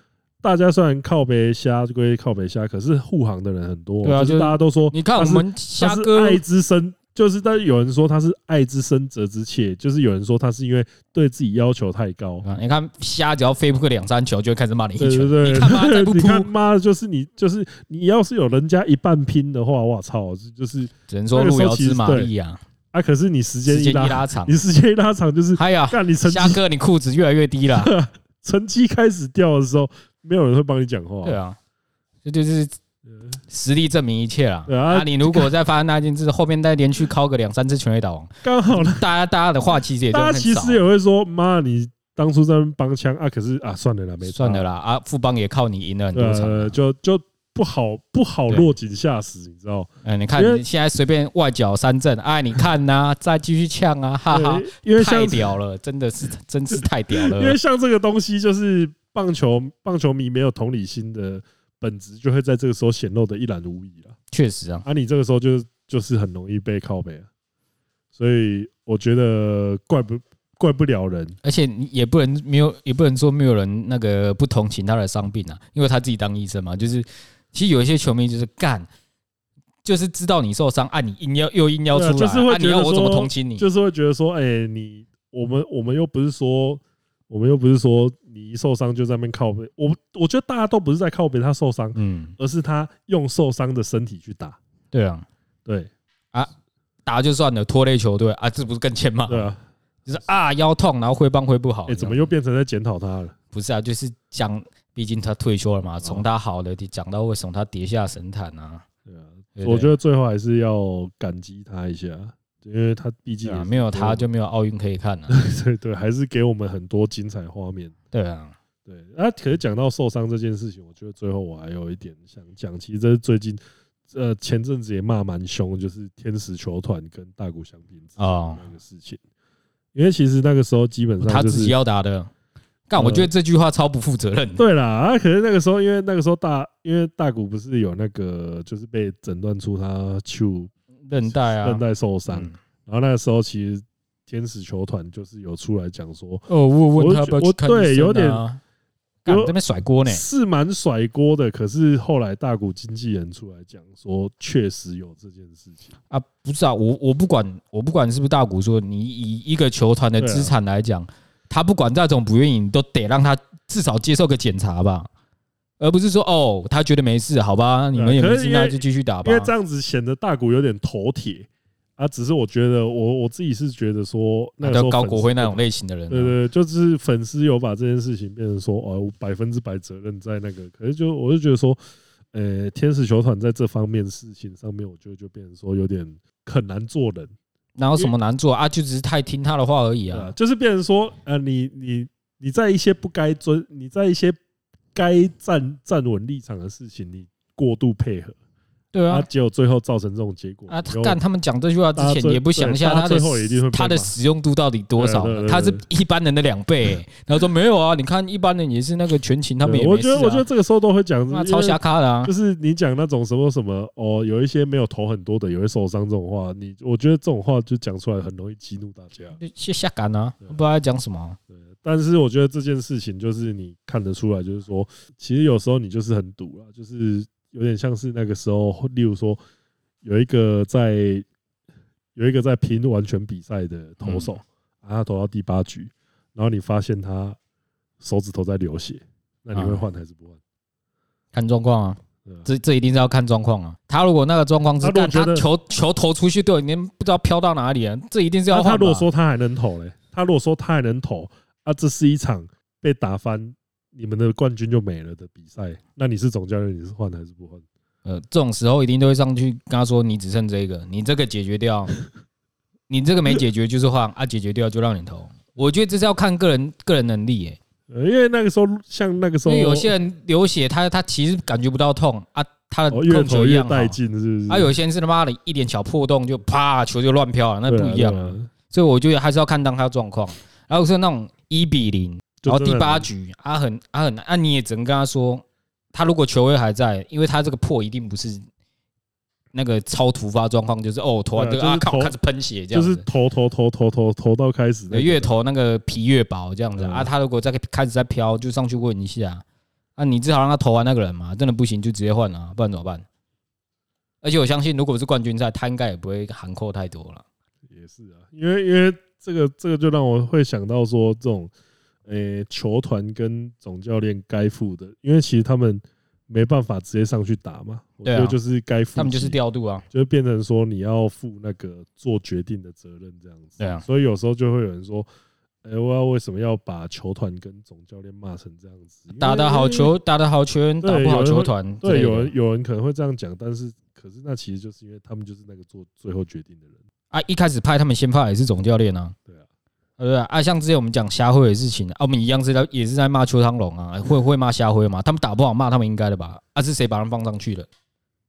A: 大家虽然靠北虾归靠北虾，可是护航的人很多，
C: 对啊
A: 就是
C: 就
A: 大家都说
C: 你看
A: 他
C: 我
A: 是
C: 们虾
A: 他是
C: 哥
A: 爱之深，就是但有人说他是爱之深责之切，就是有人说他是因为对自己要求太高。
C: 啊，你看虾只要飞不个两三球，就会开始骂你一
A: 对
C: 拳。
A: 对对，
C: 你看 嘛，再不
A: 你
C: 扑，
A: 看妈的，就是你，就是你，要是有人家一半拼的话，我操，就是
C: 只能说路遥知马力啊，
A: 啊，可是你时间
C: 时
A: 一
C: 间一
A: 拉，
C: 拉 长
A: 你。时间一拉长，就是
C: 还有
A: 干你成绩
C: 虾哥，你裤子越来越 低了。
A: 成绩开始掉的时候，没有人会帮你讲话。
C: 对啊，这就是实力证明一切啦。
A: 对啊
C: 啊，你如果再发生那件事，后面再连续敲个两三次全垒打王，
A: 刚好呢，
C: 大家大家的话其实也就
A: 大
C: 很
A: 家其
C: 少。啊
A: 实也会说：“妈，你当初在那边帮腔啊，可是啊，算了啦，没差
C: 算了啦，啊，富邦也靠你赢了很多场啊。
A: 呃，就就不好不好
C: 对
A: 落井下石，你知道？
C: 嗯，你看
A: 因为
C: 你现在随便外角三振，哎，你看呐、再继续呛啊，哈哈
A: 对，因为像
C: 太屌了，真的是真是太屌
A: 因为
C: 了。
A: 像这个东西，就是棒球棒球迷没有同理心的本质，就会在这个时候显露的一览无遗了。
C: 确实啊，
A: 啊，你这个时候就就是很容易被靠背啊，所以我觉得怪不怪不了人。
C: 而且你也不能没有，也不能说没有人那个不同情他的伤病啊，因为他自己当医生嘛，就是其实有一些球迷就是干。就是知道你受伤，啊，你硬要又硬要出来，
A: 对啊就是会
C: 啊，你要
A: 觉得
C: 我怎么
A: 说
C: 同情你？
A: 就是会觉得说，哎、你我们我们又不是说，我们又不是说你一受伤就在那边靠背，我我觉得大家都不是在靠背他受伤，
C: 嗯，
A: 而是他用受伤的身体去打，
C: 对啊，
A: 对
C: 打就算了，拖累球队啊，这不是更欠骂？
A: 对啊，
C: 就是啊，腰痛，然后挥棒挥不好，
A: 哎、怎么又变成在检讨他了？
C: 不是啊，就是讲，毕竟他退休了
A: 哦
C: 嘛，从他好的地讲到为什么他跌下神坛啊，
A: 对啊，
C: 对不对
A: 我觉得最后还是要感激他一下，因为他毕竟
C: 对
A: 也
C: 啊，
A: 是
C: 没有他
A: 给
C: 就没有奥运可以看了、
A: 我们 对对，还是给我们很多精彩画面。
C: 对啊，
A: 对，啊，可是讲到受伤这件事情，我觉得最后我还有一点想讲，其实这是最近，呃，前阵子也骂蛮凶，就是天使球团跟大谷翔平之间
C: 哦
A: 那个事情，因为其实那个时候基本
C: 他
A: 上就
C: 自己
A: 是
C: 要打的。干，
A: 呃
C: 我觉得这句话超不负责 任的。
A: 对啦，啊，可是那个时候因为那个时候大，因为大谷不是有那个就是被诊断出他球
C: 韧带啊，
A: 韧带受伤，
C: 嗯
A: 然后那个时候其实天使球团就是有出来讲说，
C: 哦，我有问他要不要
A: 我
C: 去看医生啊
A: 对有点
C: 干
A: 有
C: 这边甩锅呢。
A: 是蛮甩锅的，可是后来大股经纪人出来讲说，确实有这件事情。
C: 啊，不是啊，我我不管，我不管是不是大股说，你以一个球团的
A: 对啊
C: 资产来讲，他不管再怎么不愿意，你都得让他至少接受个检查吧，而不是说哦，他觉得没事，好吧，你们也
A: 啊可
C: 没
A: 是
C: 事，
A: 因为
C: 那就继续打吧啊
A: 因为。这样子显得大股有点头铁啊。只是我觉得我我自己是觉得说，那
C: 那
A: 个时
C: 叫
A: 候
C: 高国辉
A: 粉丝
C: 那种类型的人啊、
A: 对对，对就是粉丝有把这件事情变成说哦，百分之百责任在那个，可是就我就觉得说，呃，天使球团在这方面事情上面，我觉得就变成说有点很难做人。
C: 哪有什么难做啊？就只是太听他的话而已
A: 对啊
C: 啊。
A: 就是变成说，呃，你你你在一些不该遵，你在一些该站站稳立场的事情，你过度配合，
C: 对
A: 啊，
C: 啊，
A: 结果最后造成这种结果
C: 啊，
A: 你
C: 他
A: 又
C: 干他们讲这句话之
A: 大家
C: 前
A: 最
C: 也不想一下
A: 对大
C: 他
A: 家
C: 的
A: 最后也一定会被
C: 他的
A: 骂
C: 使用度到底多少
A: 对对对，对
C: 他是一般人的两倍欸。然后说没有啊，你看一般人也是那个全勤，他们
A: 对
C: 也
A: 我
C: 没
A: 觉
C: 事
A: 得我觉得
C: 啊。
A: 这个时候都会讲，
C: 那
A: 因
C: 超
A: 为
C: 瞎咖的啊
A: 就，是你讲那种什么什么哦，有一些没有投很多的也会受伤这种话，你我觉得这种话就讲出来很容易激怒大家。
C: 就下岗啊，
A: 对啊
C: 不知道在讲什么啊。
A: 对，但是我觉得这件事情就是你看得出来，就是说，其实有时候你就是很赌了，就是有点像是那个时候，例如说有一个在有一个在拼完全比赛的
C: 嗯
A: 投手，啊，他投到第八局，然后你发现他手指头在流血，那你会换还是不换？
C: 看状况啊，
A: 嗯
C: 啊这这一定是要看状况啊。他如果那个状况
A: 他
C: 是
A: 如果
C: 干
A: 觉
C: 他
A: 得
C: 球球投出去对，你不知道飘到哪里啊，这一定是要
A: 那
C: 换
A: 他
C: 吧。
A: 如果说他还能投嘞，他如果说他还能投啊，这是一场被打翻，你们的冠军就没了的比赛，那你是总教练，你是换还是不换？
C: 呃，这种时候一定都会上去跟他说：“你只剩这个，你这个解决掉， 你这个没解决就是换啊，解决掉就让你投。”我觉得这是要看个人个人能力、耶，
A: 呃因为那个时候，像那个时
C: 因
A: 候，
C: 为有些人流血他，他其实感觉不到痛啊，他的
A: 哦越
C: 控球
A: 投
C: 一
A: 越
C: 样好
A: 带劲，是不是？
C: 啊，有些人是他妈的一点小破洞就啪球就乱飘了，那
A: 对
C: 不
A: 啊
C: 一样
A: 对
C: 啊。
A: 啊
C: 所以我觉得还是要看当他的状况。然后是那种一比零，
A: 就
C: 然后
A: 真的
C: 第
A: 很
C: 八局，阿很阿很，啊你也只能跟他说，他如果球位还在，因为他这个破一定不是那个超突发状况，就是哦投完这
A: 对啊就是
C: 个啊靠
A: 投
C: 开始喷血这
A: 就
C: 样
A: 是
C: 子，
A: 投投投投投投到开始那个，
C: 越投那个皮越薄这样子
A: 嗯
C: 啊，他如果再开始在飘，就上去问一下，啊你至少让他投完那个人嘛，真的不行就直接换啊，不然怎么办？而且我相信，如果是冠军赛，他应该也不会含扣太多了。
A: 也是啊，因为因为这个这个就让我会想到说这种，呃，球团跟总教练该付的，因为其实他们没办法直接上去打嘛，我觉
C: 对啊
A: 得就是该付，
C: 他们就是，调度啊，
A: 就变成说你要负那个做决定的责任这样子，
C: 对啊
A: 所以有时候就会有人说。哎、我要为什么要把球团跟总教练骂成这样子？因为
C: 打得好，球，打得好球员，
A: 对
C: 打不
A: 有
C: 好
A: 人
C: 球
A: 会
C: 团之类
A: 对，
C: 的。
A: 有人有人可能会这样讲，但是可是那其实就是因为他们就是那个做最后决定的人，
C: 啊，一开始派他们先派也是总教练啊，
A: 对啊，
C: 对不对？啊，像之前我们讲虾辉的事情，啊，我们一样是在也是在骂邱昌龙啊，会会骂虾辉嘛？他们打不好骂他们应该的吧？啊，是谁把他们放上去的？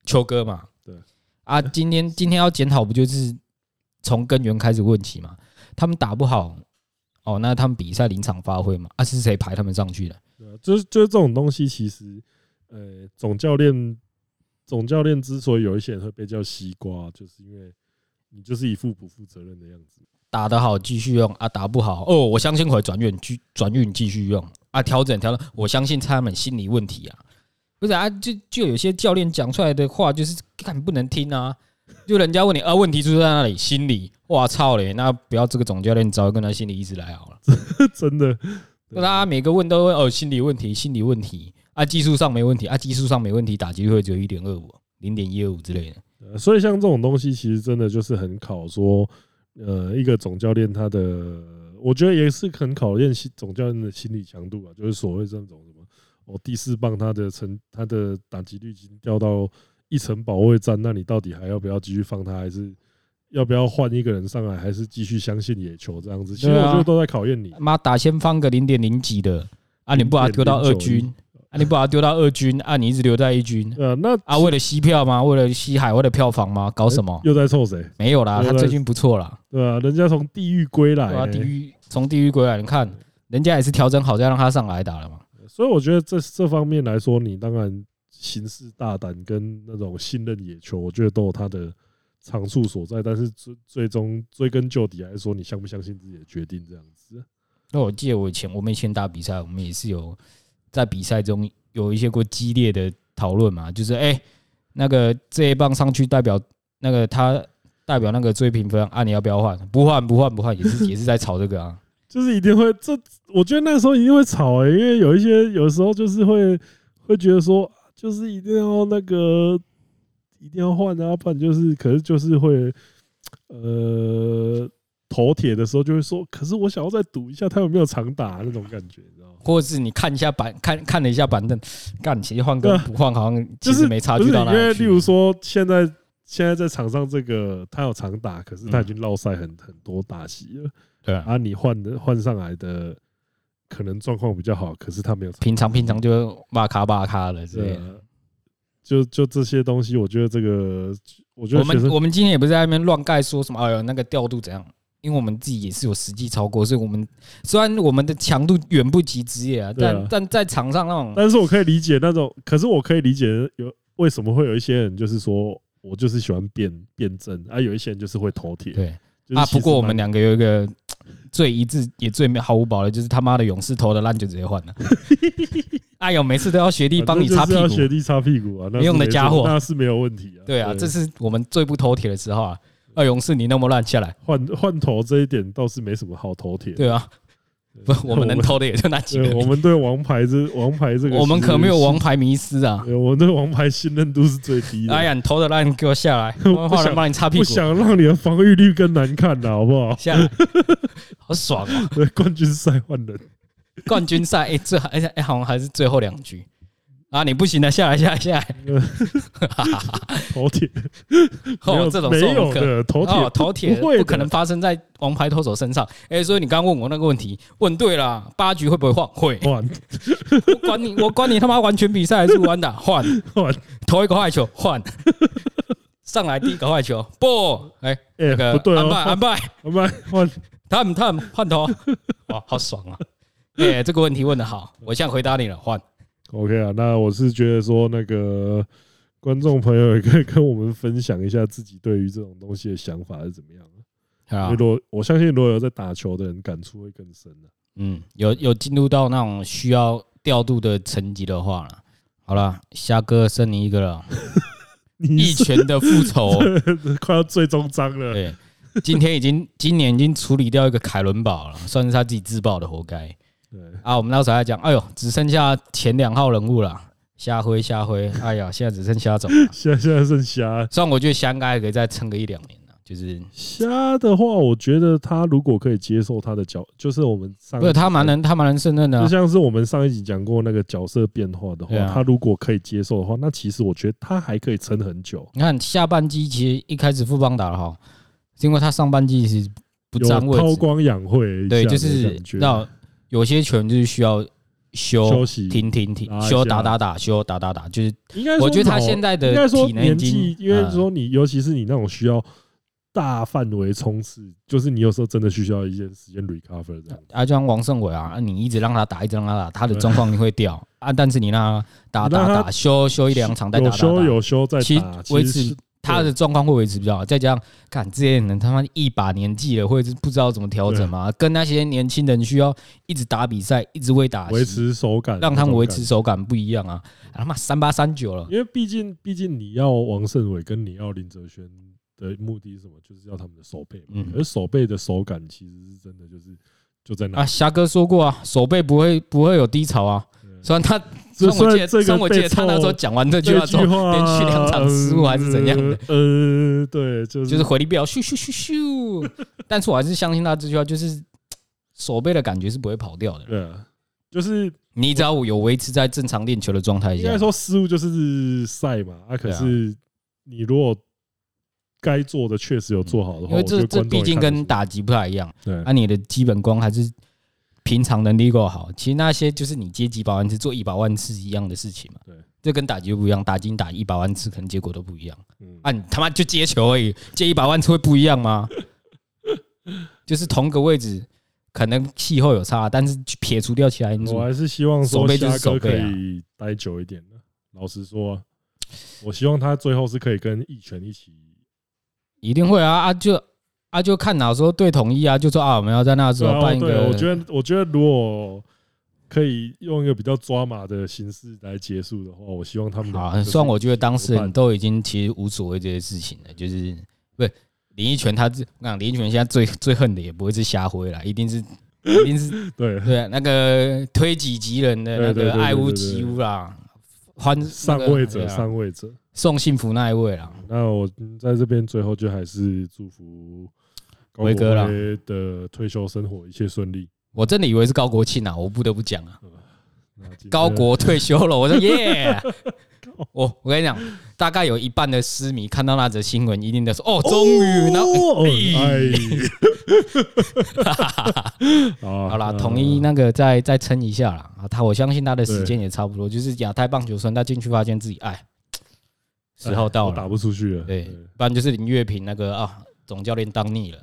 C: 邱哥嘛，
A: 对。
C: 啊，今天今天要检讨不就是从根源开始问起嘛？他们打不好，哦，那他们比赛临场发挥嘛？啊，是谁排他们上去的？
A: 对啊，就是就是这种东西，其实，呃，总教练总教练之所以有一些人会被叫西瓜，就是因为你就是一副不负责任的样子。
C: 打得好继续用啊，打不好哦，我相信会转运，继转运继续用啊，调整调整，我相信他们心理问题啊，不是啊，就就有些教练讲出来的话就是看不能听啊，就人家问你啊，问题出在哪里？心理，哇操嘞，那不要这个总教练，你早就跟他心理一直来好了，
A: 真的，
C: 不然啊每个问都问哦，心理问题，心理问题啊，技术上没问题啊，技术上没问题，打击率会只有一点二五、零点一二五之类的。
A: 呃所以像这种东西，其实真的就是很考说，呃，一个总教练他的，我觉得也是很考验心总教练的心理强度啊，就是所谓这种什么，哦，第四棒他的成他的打击率已经掉到一层保卫战，那你到底还要不要继续放他，还是要不要换一个人上来，还是继续相信野球这样子？其实
C: 对
A: 我
C: 啊
A: 觉得都在考验你。
C: 妈打先放个零点零几的啊，你不把它丢到二军
A: 0.091，
C: 啊，你不把它丢到二军啊，你一直留在一军
A: 呃，那
C: 啊，为了吸票吗？为了吸海外的票房吗？搞什么？
A: 又在臭谁？
C: 没有啦，
A: 又
C: 他
A: 在
C: 最近不错啦，
A: 对吧、人家从地狱归来、
C: 对啊，
A: 欸
C: 地狱从地狱归来，你看人家也是调整好再让他上来打了嘛。
A: 所以我觉得这这方面来说，你当然行事大胆跟那种信任野球，我觉得都有它的长处所在。但是最最终追根究底来说，你相不相信自己的决定这样子？
C: 那我记得我以前我们以前打比赛，我们也是有在比赛中有一些过激烈的讨论嘛，就是哎、那个这一棒上去代表那个他代表那个追平分啊，你要不要换？不换不换不换，也是也是在吵这个啊。
A: 就是一定会这，我觉得那时候一定会吵诶、因为有一些有时候就是会会觉得说，就是一定要那个一定要换啊，不然就是可是就是会呃头铁的时候就会说，可是我想要再赌一下他有没有长打、啊那种感觉，你知道吗？
C: 或者是你看一下板，看看了一下板凳，干，其实换跟
A: 对啊
C: 不换好像
A: 就
C: 其
A: 是
C: 实没差距到哪
A: 不是因为
C: 里去。
A: 例如，说，现在现在在场上这个他有长打，可是他已经落赛很很多打席了。
C: 对啊，
A: 啊，你换的换上来的可能状况比较好，可是他没有长
C: 平常平常就骂卡骂卡了之类
A: 对
C: 的。
A: 啊，就就这些东西，我觉得这个，我觉得
C: 我
A: 学
C: 们
A: 生
C: 我们今天也不是在那边乱盖说什么，哎呦那个调度怎样？因为我们自己也是有实际超过，所以我们虽然我们的强度远不及职业啊，
A: 对啊
C: 但但在场上那种
A: 但是我可以理解那种，可是我可以理解有为什么会有一些人就是说我就是喜欢辩辩证，啊，有一些人就是会头铁。
C: 对
A: 就是
C: 啊。
A: 其实
C: 不过我们
A: 蛮
C: 两个有一个最一致也最毫无保留，就是他妈的勇士投的烂就直 接换了。哎呦，每次都要学弟帮你擦
A: 反
C: 屁
A: 正就是要
C: 股，
A: 学弟擦屁股啊，那是
C: 没用的
A: 没
C: 家
A: 错
C: 伙
A: 那是没有问题啊。
C: 对啊，这是我们最不头铁的时候啊。啊，勇士你那么烂下来，
A: 换换头这一点倒是没什么好头铁。
C: 对啊，不，我们能
A: 我们
C: 偷的也就那几个
A: 对，我。们对王牌这 王牌这个，
C: 我们可没有王，牌迷失啊！
A: 对我们对王牌信任度是最低的。
C: 哎呀，你偷的烂，你给我下来，我后来帮你擦屁
A: 不
C: 股，
A: 想让你的防御率更难看啊了，好不 好？
C: 下来，好爽啊！
A: 对，冠军赛换人，
C: 冠军赛，哎，最好，而且哎，好像还是最后两局啊！你不行了，下来，下来，下来！
A: 头铁 没有
C: 哦，这种
A: 没
C: 是我
A: 有
C: 们可
A: 的头
C: 哦
A: 铁，
C: 头铁
A: 不会的
C: 不可能发生在王牌投手身上。哎，所以你刚刚问我那个问题，问对了，八局会不会换？会，
A: 换
C: 我管你，我管你他妈完全比赛还是完打，换
A: 换，
C: 投一个坏球， 换上来第一个坏球，不，哎，
A: 哎
C: 那个
A: 不对
C: 安
A: 哦
C: 拜，安拜，
A: 我们换
C: 他们他们换头， 哇，好爽啊！哎，这个问题问的好，我现在回答你了，换。
A: OK 啊，那我是觉得说，那个观众朋友也可以跟我们分享一下自己对于这种东西的想法是怎么样的。因
C: 啊
A: 为，如果我相信，如果有在打球的人，感触会更深啊的、
C: 嗯，有有进入到那种需要调度的层级的话了。好了，虾哥剩你一个了，
A: 你
C: 一
A: 是
C: 拳的复仇。
A: 快要最终章了，
C: 对，今天已经今年已经处理掉一个凯伦堡了，算是他自己自爆的，活该
A: 对，
C: 啊！我们那时候还讲，哎呦，只剩下前两号人物了，虾辉、虾辉，哎呀，现在只剩虾总了。
A: 现在现在剩虾
C: 虽然我觉得虾应该还可以再撑个一两年了，
A: 嗯
C: 就是
A: 虾的话，我觉得他如果可以接受他的角，就是我们上
C: 不是他蛮
A: 的，
C: 能他蛮能胜任的
A: 就
C: 啊、
A: 像是我们上一集讲过那个角色变化的话，
C: 对啊
A: 他如果可以接受的话，那其实我觉得他还可以撑很久。
C: 你看下半季其实一开始富邦打了哈，是因为他上半季是不
A: 有
C: 占位
A: 韬
C: 置，
A: 光养晦一下的
C: 对，
A: 感觉，
C: 就是那有些球员就是需要
A: 休
C: 休
A: 息
C: 停停停，
A: 拉一
C: 休
A: 下
C: 打打打，休打打打，就是
A: 应该说
C: 我觉得他
A: 脑
C: 现在
A: 应
C: 的
A: 该说
C: 体能已
A: 年纪
C: 经，，
A: 因为
C: 嗯
A: 说你尤其是你那种需要大范围冲刺，就是你有时候真的需要一些时间 recover 这样。
C: 啊，就像王胜伟啊，你一直让他打，一直让他打，他的状况你会 掉啊，但是你让他打
A: 你让
C: 打
A: 他
C: 打，休休一两场再打
A: 有
C: 打打
A: 修，有修再
C: 其实
A: 打，
C: 维
A: 其实
C: 持
A: 是
C: 他的状况会维持比较好。再加上，看这些人他妈一把年纪了，会不知道怎么调整嘛，跟那些年轻人需要一直打比赛，一直为打
A: 维
C: 戏，
A: 持手感，
C: 让他们维持。手感不一样啊。啊他妈三八三九了，
A: 因为毕竟，毕竟你要王胜伟跟你要林哲轩的目的是什么？就是要他们的手背嘛。
C: 嗯
A: 而手背的手感其实是真的，就是就在那
C: 啊，。霞哥说过啊，手背不会不会有低潮啊。虽然他，
A: 这
C: 虽然我记
A: 虽然
C: 得，
A: 这个
C: 虽然我记
A: 被
C: 得他那时候讲完这句
A: 这嗯
C: 话之后，连续两场失误还是怎样的，
A: 呃，呃对，就是
C: 就是回力镖咻咻咻 咻。但是我还是相信他这句话，就是手背的感觉是不会跑掉的。
A: 对啊，就是
C: 你只要有维持在正常练球的状态
A: 应
C: 下
A: 该，说失误就是赛嘛，啊，可
C: 对啊
A: 是你如果该做的确实有做好的话，
C: 因为
A: 我
C: 这
A: 觉得
C: 这
A: 观众
C: 毕
A: 也
C: 竟
A: 看得
C: 跟
A: 出嗯
C: 打击不太一样。
A: 对
C: 啊，你的基本功还是平常能力够好。其实那些就是你接几百万次做一百万次一样的事情嘛。
A: 对，
C: 这跟打击又不一样，打击你打一百万次，可能结果都不一样。
A: 嗯
C: 啊，你他妈就接球而已，接一百万次会不一样 吗？就是同个位置，可能气候有差，但是撇除掉其他因素
A: 我，还是希望说
C: 嗯手背就是
A: 虾哥
C: 手
A: 可
C: 背啊
A: 以待久一点的。老实说啊，我希望他最后是可以跟义拳一起，
C: 一定会啊啊就啊就看哪时候对统一啊，就说啊我们要在那时
A: 对
C: 候
A: 啊，
C: 办一
A: 对
C: 个，
A: 啊，我觉得，我觉得如果可以用一个比较抓马的形式来结束的话，我希望他们
C: 好，
A: 两个
C: 虽然我觉得
A: 就是
C: 当事
A: 伙
C: 人
A: 伴
C: 都已经其实无所谓这些事情了，就是不是林奕泉他自，我讲林奕泉现在最最恨的也不会是瞎挥啦，一定是一定是
A: 对
C: 对啊那个推己及人的那
A: 对对
C: 个
A: 对对
C: 爱屋
A: 对对
C: 及
A: 对
C: 乌啦，欢
A: 上位者，
C: 上
A: 上位者。
C: 送幸福那一位啦，
A: 那我嗯在这边最后就还是祝福高
C: 辉哥啦
A: 国的退休生活一切顺利。
C: 我真的以为是高国庆啊，我不得不讲啊，
A: 那今天
C: 高国退休了，我说耶。我我跟你讲，大概有一半的狮迷看到那则新闻，一定都说：“哦，终于！”然后，
A: 哦
C: 哎
A: 哎，好哎 哦
C: 好
A: 嗯
C: 啦，统一那个再再撑一下啦。啊，他我相信他的时间也差不多，就是亚太棒球村，他进去发现自己哎，时候到
A: 哎我打
C: 了，
A: 不出去了。
C: 对，不然就是林月平那个啊，总教练当腻了。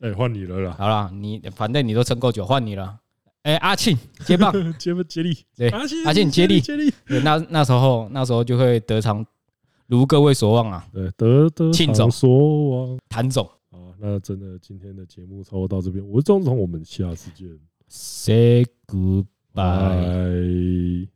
A: 哎，换你了啦，
C: 好啦，你反正你都撑够久，换你了。哎，阿庆 接棒，
A: 接不接力？
C: 对
A: 阿信
C: 阿信接力
A: 接力。
C: 对那那时候那时候就会得偿如各位所望啊，
A: 对，得得
C: 庆
A: 偿
C: 总
A: 所望。
C: 谭总
A: 好，那真的今天的节目差不多到这边，我是钟总，我们下次见，
C: ，say goodbye。
A: 拜。